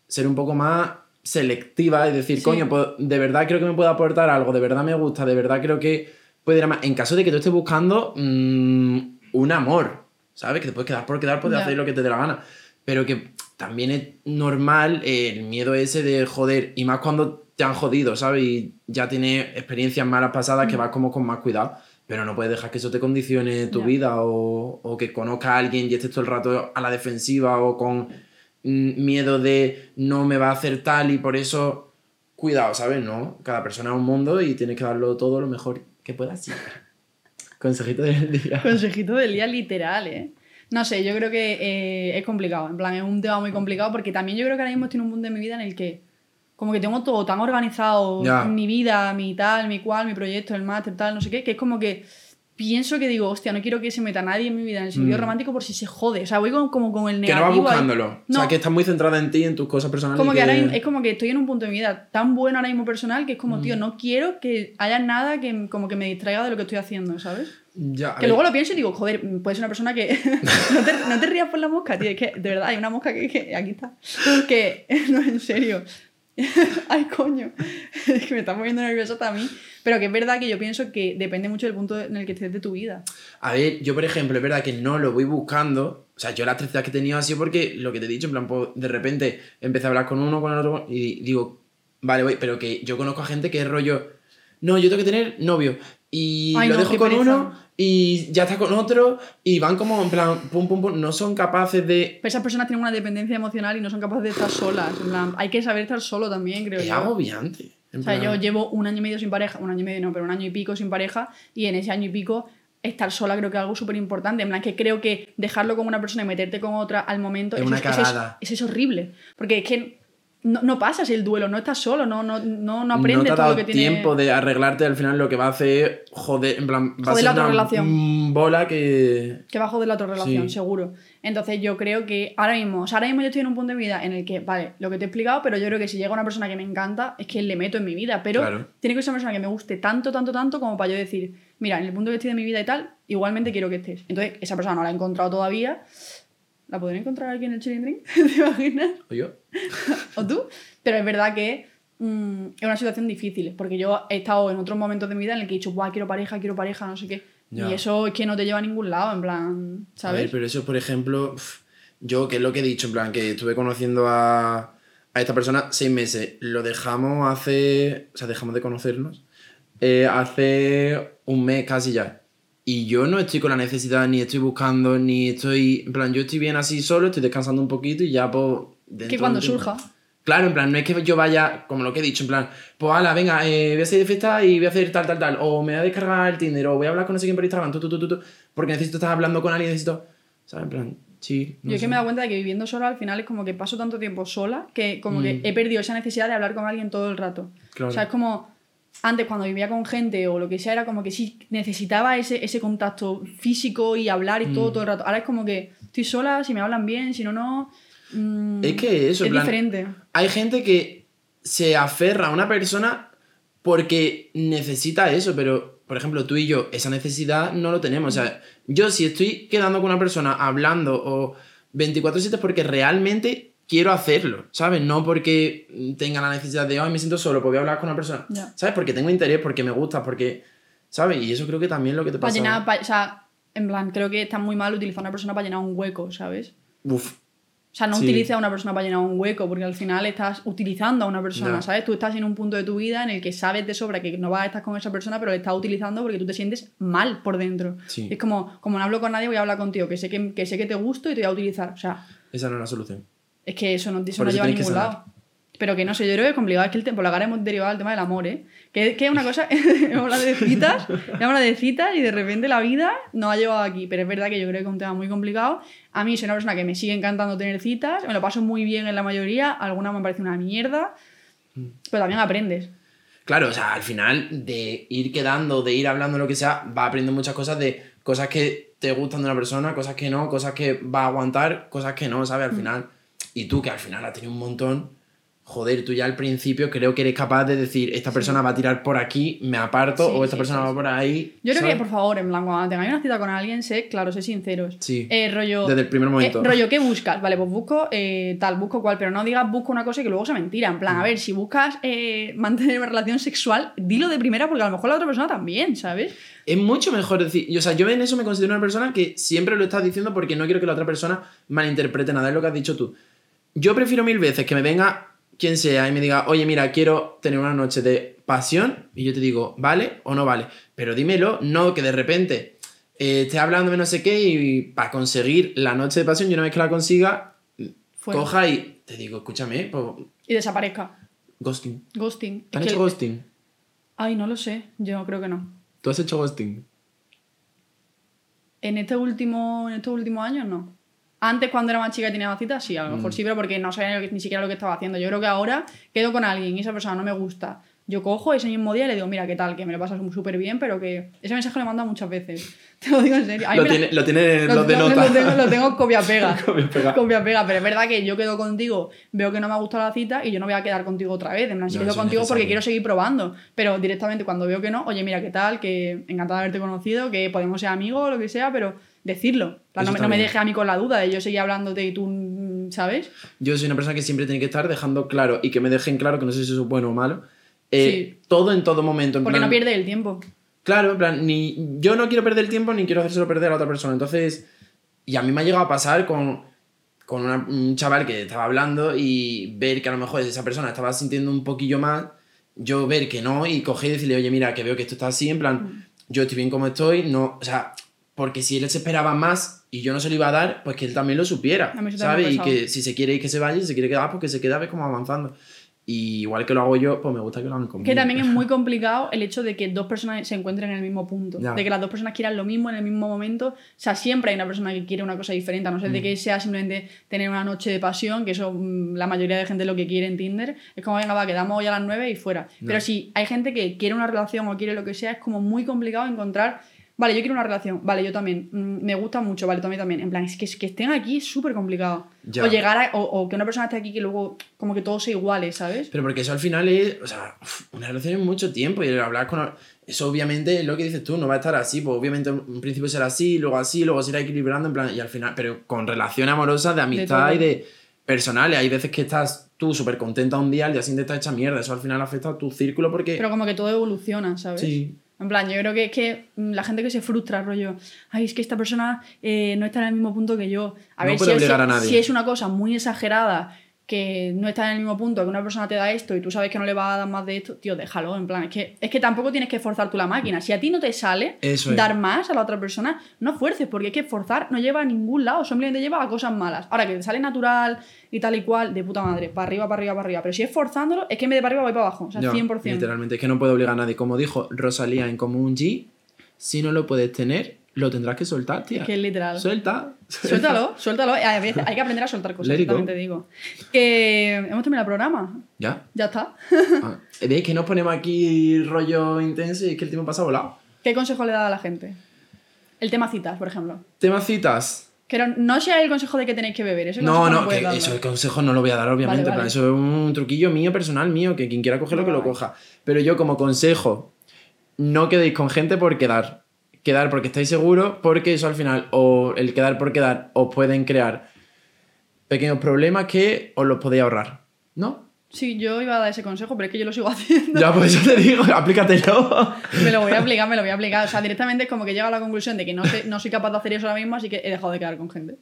Speaker 2: ser un poco más selectiva y decir,
Speaker 1: Sí.
Speaker 2: coño, pues, de verdad creo que me puede aportar algo, de verdad me gusta, de verdad creo que puede ir a más. En caso de que tú estés buscando mm, un amor, ¿sabes? Que te puedes quedar por quedar, puedes
Speaker 1: Ya.
Speaker 2: hacer lo que te dé la gana. Pero que también es normal eh, el miedo ese de joder, y más cuando te han jodido, ¿sabes? Y ya tienes experiencias malas pasadas que vas como con más cuidado, pero no puedes dejar que eso te condicione tu
Speaker 1: Ya.
Speaker 2: vida o, o que conozca a alguien y estés todo el rato a la defensiva o con mm, miedo de no me va a hacer tal y por eso, cuidado, ¿sabes? No, cada persona es un mundo y tienes que darlo todo lo mejor que puedas. siempre. Consejito del día.
Speaker 1: Consejito del día literal, ¿eh? No sé, yo creo que eh, es complicado. En plan, es un tema muy complicado porque también yo creo que ahora mismo estoy en un mundo de mi vida en el que como que tengo todo tan organizado,
Speaker 2: Ya.
Speaker 1: mi vida, mi tal, mi cual, mi proyecto, el máster, tal, no sé qué, que es como que pienso que digo, hostia, no quiero que se meta nadie en mi vida en el sentido
Speaker 2: Mm.
Speaker 1: romántico por si se jode. O sea, voy con- como con el
Speaker 2: Que no
Speaker 1: negativo.
Speaker 2: vas
Speaker 1: ahí.
Speaker 2: buscándolo. O sea,
Speaker 1: No.
Speaker 2: que estás muy centrada en ti, en tus cosas personales.
Speaker 1: Como
Speaker 2: y
Speaker 1: que ahora mismo- es como que estoy en un punto de mi vida tan bueno ahora mismo personal que es como,
Speaker 2: Mm.
Speaker 1: tío, no quiero que haya nada que como que me distraiga de lo que estoy haciendo, ¿sabes?
Speaker 2: Ya, a
Speaker 1: Que
Speaker 2: ver.
Speaker 1: luego lo pienso y digo, joder, puedes ser una persona que. [laughs] no, te, no te rías por la mosca, tío. Es que, de verdad, hay una mosca que. que- aquí está. Que. [laughs] No, en serio. Ay, coño. Es que me está poniendo nerviosa también. Pero que es verdad que yo pienso que depende mucho del punto en el que estés de tu vida.
Speaker 2: A ver, yo por ejemplo, es verdad que no lo voy buscando. O sea, yo las tristezas que he tenido ha sido porque lo que te he dicho, en plan, pues, de repente empecé a hablar con uno, con el otro, y digo, vale, voy, pero que yo conozco a gente que es rollo, no, yo tengo que tener novio. Y
Speaker 1: Ay,
Speaker 2: lo
Speaker 1: no,
Speaker 2: dejo
Speaker 1: qué
Speaker 2: con
Speaker 1: pereza.
Speaker 2: uno, y ya está con otro, y van como en plan, pum, pum, pum, no son capaces de
Speaker 1: Pero esas personas tienen una dependencia emocional y no son capaces de estar solas. En plan, hay que saber estar solo también, creo
Speaker 2: Es
Speaker 1: yo.
Speaker 2: agobiante. en
Speaker 1: O sea,
Speaker 2: plan-
Speaker 1: yo llevo un año y medio sin pareja, un año y medio no, pero un año y pico sin pareja, y en ese año y pico estar sola creo que es algo súper importante. En plan, que creo que dejarlo con una persona y meterte con otra al momento
Speaker 2: Es
Speaker 1: eso
Speaker 2: una
Speaker 1: eso es,
Speaker 2: cagada.
Speaker 1: eso es horrible. Porque es que no, no pasas el duelo, no estás solo, no, no, no, no
Speaker 2: no
Speaker 1: aprendes
Speaker 2: te ha
Speaker 1: todo
Speaker 2: dado
Speaker 1: lo que tiene.
Speaker 2: tiempo de arreglarte al final lo que va a hacer joder en plan va
Speaker 1: Joder
Speaker 2: a ser
Speaker 1: la otra
Speaker 2: una
Speaker 1: relación.
Speaker 2: bola que
Speaker 1: que bajo de la otra relación,
Speaker 2: Sí.
Speaker 1: seguro. Entonces yo creo que ahora mismo, o sea, ahora mismo yo estoy en un punto de vida en el que, vale, lo que te he explicado, pero yo creo que si llega una persona que me encanta, es que le meto en mi vida, pero
Speaker 2: Claro.
Speaker 1: tiene que ser una persona que me guste tanto, tanto, tanto como para yo decir, mira, en el punto que estoy de mi vida y tal, igualmente quiero que estés. Entonces, esa persona no la he encontrado todavía. ¿La podré encontrar aquí en el chilindrín? [laughs] ¿Te imaginas?
Speaker 2: o yo
Speaker 1: o tú. Pero es verdad que mm, es una situación difícil, porque yo he estado en otros momentos de mi vida en el que he dicho, guau, quiero pareja, quiero pareja, no sé qué.
Speaker 2: Ya.
Speaker 1: Y eso es que no te lleva a ningún lado, en plan,
Speaker 2: A ver,
Speaker 1: ¿sabes?
Speaker 2: pero eso, por ejemplo, uf, yo, que es lo que he dicho, en plan, que estuve conociendo a, a esta persona seis meses. Lo dejamos hace. O sea, dejamos de conocernos. eh, hace un mes casi ya. Y yo no estoy con la necesidad, ni estoy buscando, ni estoy. En plan, yo estoy bien así solo, estoy descansando un poquito y ya, pues. dentro
Speaker 1: que cuando
Speaker 2: de un tiempo-
Speaker 1: surja.
Speaker 2: Claro, en plan, no es que yo vaya, como lo que he dicho, en plan, pues ala, venga, eh, voy a salir de fiesta y voy a hacer tal, tal, tal, o me voy a descargar el Tinder, o voy a hablar con no sé quién por Instagram, tu, tu, tu, tu, tu, porque necesito estar hablando con alguien, necesito, ¿sabes? En plan, sí. no
Speaker 1: yo es
Speaker 2: sé.
Speaker 1: que me he dado cuenta de que viviendo sola al final es como que paso tanto tiempo sola que como que
Speaker 2: Mm.
Speaker 1: he perdido esa necesidad de hablar con alguien todo el rato.
Speaker 2: Claro.
Speaker 1: O sea, es como antes cuando vivía con gente o lo que sea, era como que sí necesitaba ese, ese contacto físico y hablar y todo
Speaker 2: Mm.
Speaker 1: todo el rato. Ahora es como que estoy sola, si me hablan bien, si no, no. Mm,
Speaker 2: Es que eso, en
Speaker 1: es
Speaker 2: plan,
Speaker 1: diferente.
Speaker 2: Hay gente que se aferra a una persona porque necesita eso, pero por ejemplo, tú y yo, esa necesidad no lo tenemos. O sea, yo si estoy quedando con una persona hablando o 24-7 es porque realmente quiero hacerlo, ¿sabes? No porque tenga la necesidad de, ay, me siento solo, pues voy a hablar con una persona.
Speaker 1: Ya.
Speaker 2: ¿Sabes? Porque tengo interés, porque me gusta, porque. ¿Sabes? Y eso creo que también es lo que te
Speaker 1: Para
Speaker 2: pasa.
Speaker 1: llenar, pa- o sea, en plan, creo que está muy mal utilizar a una persona para llenar un hueco, ¿sabes?
Speaker 2: Uf,
Speaker 1: O sea, no
Speaker 2: Sí.
Speaker 1: utilices a una persona para llenar un hueco, porque al final estás utilizando a una persona,
Speaker 2: Ya.
Speaker 1: ¿sabes? Tú estás en un punto de tu vida en el que sabes de sobra que no vas a estar con esa persona, pero la estás utilizando porque tú te sientes mal por dentro.
Speaker 2: Sí.
Speaker 1: Es como, como no hablo con nadie, voy a hablar contigo, que sé que, que sé que te gusto y te voy a utilizar. O sea,
Speaker 2: esa no es la solución.
Speaker 1: es que eso no, eso
Speaker 2: Por
Speaker 1: no
Speaker 2: eso
Speaker 1: lleva a
Speaker 2: tienes que
Speaker 1: ningún
Speaker 2: sanar.
Speaker 1: lado. Pero que no sé, yo creo que es complicado. Es que el tiempo, la cara hemos derivado al tema del amor, ¿eh? Que que es una cosa. [laughs] hemos hablado de citas, hemos hablado de citas y de repente la vida nos ha llevado aquí. Pero es verdad que yo creo que es un tema muy complicado. A mí soy una persona que me sigue encantando tener citas, me lo paso muy bien en la mayoría, algunas me parece una mierda,
Speaker 2: Mm.
Speaker 1: pero también aprendes.
Speaker 2: Claro, o sea, al final de ir quedando, de ir hablando, lo que sea, va aprendiendo muchas cosas de cosas que te gustan de una persona, cosas que no, cosas que va a aguantar, cosas que no,
Speaker 1: Mm.
Speaker 2: ¿sabes? Al final. Y tú, que al final has tenido un montón, joder, tú ya al principio creo que eres capaz de decir, esta persona va a tirar por aquí, me aparto,
Speaker 1: Sí,
Speaker 2: o esta
Speaker 1: sí,
Speaker 2: persona
Speaker 1: sí,
Speaker 2: va por ahí.
Speaker 1: Yo creo
Speaker 2: ¿sabes?
Speaker 1: que, por favor, en plan, cuando tengáis una cita con alguien, sé, claro, sé sinceros.
Speaker 2: Sí.
Speaker 1: Eh, rollo,
Speaker 2: Desde el primer momento.
Speaker 1: eh, rollo, ¿qué buscas? Vale, pues busco eh, tal, busco cual, pero no digas busco una cosa y que luego se mentira. En
Speaker 2: Mm.
Speaker 1: plan, a ver, si buscas eh, mantener una relación sexual, dilo de primera porque a lo mejor la otra persona también, ¿sabes?
Speaker 2: Es mucho mejor decir. y, o sea, yo en eso me considero una persona que siempre lo estás diciendo porque no quiero que la otra persona malinterprete nada, es lo que has dicho tú. Yo prefiero mil veces que me venga quien sea y me diga, oye, mira, quiero tener una noche de pasión, y yo te digo, ¿vale o no vale? Pero dímelo, no que de repente eh, esté hablándome no sé qué y para conseguir la noche de pasión, y una vez que la consiga,
Speaker 1: Fuera.
Speaker 2: coja y te digo, escúchame, pues,
Speaker 1: Y desaparezca.
Speaker 2: ghosting.
Speaker 1: Ghosting.
Speaker 2: ¿Te han
Speaker 1: Es que-
Speaker 2: hecho ghosting?
Speaker 1: Ay, no lo sé. Yo creo que no.
Speaker 2: ¿Tú has hecho ghosting?
Speaker 1: En este último, en estos últimos años no. Antes cuando era más chica y tenía más citas, sí, a lo mejor sí, pero porque no sabía ni- ni siquiera lo que estaba haciendo. Yo creo que ahora quedo con alguien y esa persona no me gusta. Yo cojo ese mismo día y le digo, mira, qué tal, que me lo pasas súper bien, pero que ese mensaje lo he mandado muchas veces. [laughs] Te lo digo en serio. A mí
Speaker 2: Lo
Speaker 1: me la-
Speaker 2: tiene, lo tiene
Speaker 1: lo-
Speaker 2: los de
Speaker 1: lo-
Speaker 2: nota.
Speaker 1: Lo tengo, lo tengo copia-pega.
Speaker 2: [laughs] Copia-pega.
Speaker 1: Copia-pega, pero es verdad que yo quedo contigo, veo que no me ha gustado la cita y yo no voy a quedar contigo otra vez. En plan, si
Speaker 2: No,
Speaker 1: quedo
Speaker 2: eso es
Speaker 1: contigo porque
Speaker 2: necesario.
Speaker 1: quiero seguir probando, pero directamente cuando veo que no, oye, mira, ¿qué tal? Que encantada de haberte conocido, que podemos ser amigos, lo que sea, pero decirlo. En plan,
Speaker 2: Eso
Speaker 1: No, me-
Speaker 2: está
Speaker 1: no me
Speaker 2: bien.
Speaker 1: dejes a mí con la duda de yo seguir hablándote y tú, mm, ¿sabes?
Speaker 2: Yo soy una persona que siempre tiene que estar dejando claro y que me dejen claro, que no sé si eso es bueno o malo, eh, todo en todo momento. En
Speaker 1: Porque
Speaker 2: plan,
Speaker 1: no pierdes el tiempo.
Speaker 2: Claro, en plan, ni, yo no quiero perder el tiempo ni quiero hacérselo perder a la otra persona. Entonces, y a mí me ha llegado a pasar con, con una- un chaval que estaba hablando y ver que a lo mejor esa persona estaba sintiendo un poquillo más, yo ver que no y coger y decirle, oye, mira, que veo que esto está así, en
Speaker 1: Mm.
Speaker 2: plan, yo estoy bien como estoy, no, o sea, porque si él se esperaba más y yo no se lo iba a dar, pues que él también lo supiera,
Speaker 1: A mí eso también me
Speaker 2: ¿sabes?
Speaker 1: ha
Speaker 2: Y
Speaker 1: pasado.
Speaker 2: que si se quiere ir, que se vaya, y si se quiere quedar, pues que se queda, ves como avanzando. Y igual que lo hago yo, pues me gusta que lo hagan conmigo.
Speaker 1: Que también es
Speaker 2: [laughs]
Speaker 1: muy complicado el hecho de que dos personas se encuentren en el mismo punto.
Speaker 2: Ya.
Speaker 1: De que las dos personas quieran lo mismo en el mismo momento. O sea, siempre hay una persona que quiere una cosa diferente. A no ser
Speaker 2: Mm.
Speaker 1: de que sea simplemente tener una noche de pasión, que eso mm, la mayoría de gente lo que quiere en Tinder. Es como, venga, va, quedamos hoy a las 9 y fuera. Pero si hay gente que quiere una relación o quiere lo que sea, es como muy complicado encontrar. Vale, yo quiero una relación. Vale, yo también. Mm, me gusta mucho. Vale, también también. En plan, es que, es que estén aquí es súper complicado.
Speaker 2: Ya.
Speaker 1: O llegar a, o, o que una persona esté aquí que luego como que todos se iguales, ¿sabes?
Speaker 2: Pero porque eso al final es, o sea, uf, una relación es mucho tiempo y el hablar con... Eso obviamente es lo que dices tú, no va a estar así, pues obviamente en principio será así, luego así, luego se irá equilibrando, en plan, y al final, pero con relación amorosa, de amistad
Speaker 1: todo.
Speaker 2: y de personales, hay veces que estás tú súper contenta un día, al día siguiente estás hecha mierda, eso al final afecta a tu círculo porque...
Speaker 1: Pero como que todo evoluciona, ¿sabes?
Speaker 2: Sí.
Speaker 1: En plan, yo creo que es que mm, la gente que se frustra, rollo, ay, es que esta persona eh, no está en el mismo punto que yo. A
Speaker 2: No
Speaker 1: ver,
Speaker 2: puede
Speaker 1: si, es,
Speaker 2: obligar a nadie.
Speaker 1: si es una cosa muy exagerada que no está en el mismo punto, que una persona te da esto y tú sabes que no le va a dar más de esto, tío, déjalo, en plan, es que, es que tampoco tienes que forzar tú la máquina. Si a ti no te sale
Speaker 2: Eso es.
Speaker 1: dar más a la otra persona, no fuerces, porque es que forzar no lleva a ningún lado, simplemente lleva a cosas malas. Ahora, que te sale natural y tal y cual, de puta madre, para arriba, para arriba, para arriba. Pero si es forzándolo, es que en vez de para arriba voy para abajo, o sea,
Speaker 2: Ya,
Speaker 1: 100%.
Speaker 2: Literalmente, es que no puede obligar a nadie. Como dijo Rosalía en Común G, si no lo puedes tener, lo tendrás que soltar, tía.
Speaker 1: Es que es literal.
Speaker 2: Suelta.
Speaker 1: Suéltalo, suéltalo. A veces hay que aprender a soltar cosas,
Speaker 2: Let it
Speaker 1: yo
Speaker 2: go.
Speaker 1: también te digo. Que hemos terminado el programa.
Speaker 2: Ya.
Speaker 1: Ya está.
Speaker 2: Ah, ¿Veis que nos ponemos aquí rollo intenso y es que el tiempo pasa volado?
Speaker 1: ¿Qué consejo le da a la gente? El tema citas, por ejemplo.
Speaker 2: Tema citas.
Speaker 1: Que no- no sea el consejo de que tenéis que beber. Ese
Speaker 2: No,
Speaker 1: consejo
Speaker 2: no,
Speaker 1: puedes
Speaker 2: que
Speaker 1: darlo.
Speaker 2: eso el consejo no lo voy a dar, obviamente.
Speaker 1: Vale,
Speaker 2: en plan,
Speaker 1: vale.
Speaker 2: Eso es un truquillo mío, personal mío, que quien quiera cogerlo, que lo
Speaker 1: Vale.
Speaker 2: coja. Pero yo, como consejo, no quedéis con gente por quedar. Quedar porque estáis seguros, porque eso al final, o el quedar por quedar, os pueden crear pequeños problemas que os los podéis ahorrar. ¿No?
Speaker 1: Sí, yo iba a dar ese consejo, pero es que yo lo sigo [laughs] haciendo.
Speaker 2: Ya, pues yo te digo, [laughs] aplícatelo.
Speaker 1: Me lo voy a aplicar, me lo voy a aplicar. O sea, directamente es como que llego a la conclusión de que no, sé- no soy capaz de hacer eso ahora mismo, así que he dejado de quedar con gente.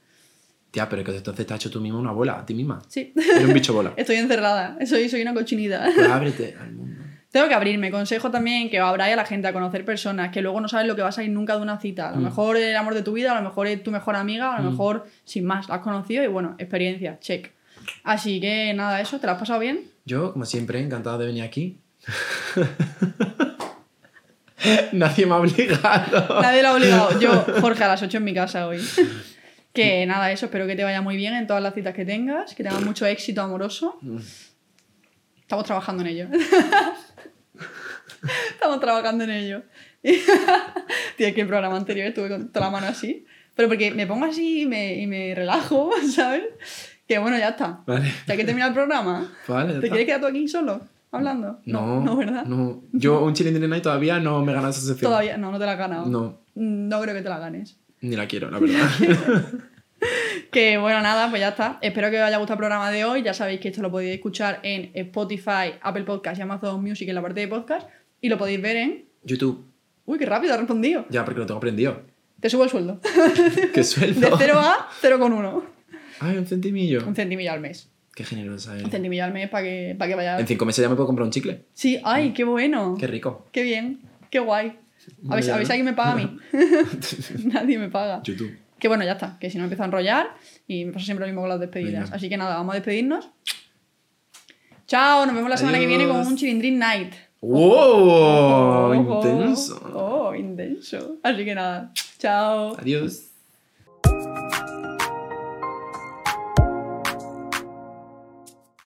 Speaker 2: Tía, pero que entonces te has hecho tú misma una bola, a ti misma.
Speaker 1: Sí. [laughs]
Speaker 2: Eres un bicho bola.
Speaker 1: Estoy encerrada. Soy, soy una cochinita.
Speaker 2: Pues ábrete al mundo.
Speaker 1: Tengo que abrirme. Consejo también que abráis a la gente a conocer personas que luego no sabes lo que va a salir nunca de una cita. A lo mejor el amor de tu vida, a lo mejor es tu mejor amiga, a lo mejor sin más, la has conocido y bueno, experiencia, check. Así que nada, eso, ¿te lo has pasado bien?
Speaker 2: Yo, como siempre, encantado de venir aquí. [laughs] Nadie me ha obligado.
Speaker 1: Nadie lo ha
Speaker 2: [laughs]
Speaker 1: obligado. Yo, Jorge, a las 8 en mi casa hoy. que nada, eso, espero que te vaya muy bien en todas las citas que tengas, que tengas mucho éxito amoroso. Estamos trabajando en ello. [laughs] Estamos trabajando en ello. [laughs] Tío, es que el programa anterior estuve con toda la mano así. Pero porque me pongo así y me, y me relajo, [laughs] ¿sabes? Que bueno, ya está.
Speaker 2: Vale,
Speaker 1: Ya que termina el programa,
Speaker 2: vale. ya
Speaker 1: ¿te
Speaker 2: está.
Speaker 1: quieres quedar tú aquí solo? Hablando.
Speaker 2: No,
Speaker 1: no, ¿verdad?
Speaker 2: no. Yo, un chilindrina y todavía no me gana esa sección.
Speaker 1: Todavía, no, no te la has ganado.
Speaker 2: No,
Speaker 1: No creo que te la ganes.
Speaker 2: ni la quiero, la verdad.
Speaker 1: [laughs] Que bueno, nada, pues ya está. Espero que os haya gustado el programa de hoy. Ya sabéis que esto lo podéis escuchar en Spotify, Apple Podcast y Amazon Music en la parte de podcast. Y lo podéis ver en.
Speaker 2: YouTube,
Speaker 1: Uy, qué rápido ha respondido.
Speaker 2: ya, porque lo tengo aprendido.
Speaker 1: Te subo el sueldo.
Speaker 2: Qué
Speaker 1: [laughs] De
Speaker 2: sueldo.
Speaker 1: 0 a 0,1.
Speaker 2: Ay, un centimillo.
Speaker 1: Un centimillo al mes.
Speaker 2: Qué generosa
Speaker 1: Un
Speaker 2: eres.
Speaker 1: centimillo al mes para que, para que vaya.
Speaker 2: En cinco meses ya me puedo comprar un chicle.
Speaker 1: Sí, ay, qué bueno.
Speaker 2: Qué rico.
Speaker 1: Qué bien, qué guay. A
Speaker 2: Muy
Speaker 1: ver, si- a ver si
Speaker 2: bien, ¿no?
Speaker 1: alguien me paga a mí. [laughs] Nadie me paga.
Speaker 2: YouTube.
Speaker 1: Que bueno, ya está, que si no me empiezo a enrollar y me pasa siempre lo mismo con las despedidas.
Speaker 2: Venga.
Speaker 1: Así que nada, vamos a despedirnos. Chao, nos vemos la semana que viene con
Speaker 2: Adiós.
Speaker 1: un chilindrín night.
Speaker 2: ¡Wow!
Speaker 1: Ojo,
Speaker 2: Intenso.
Speaker 1: Oh, intenso. Así que nada, chao.
Speaker 2: Adiós.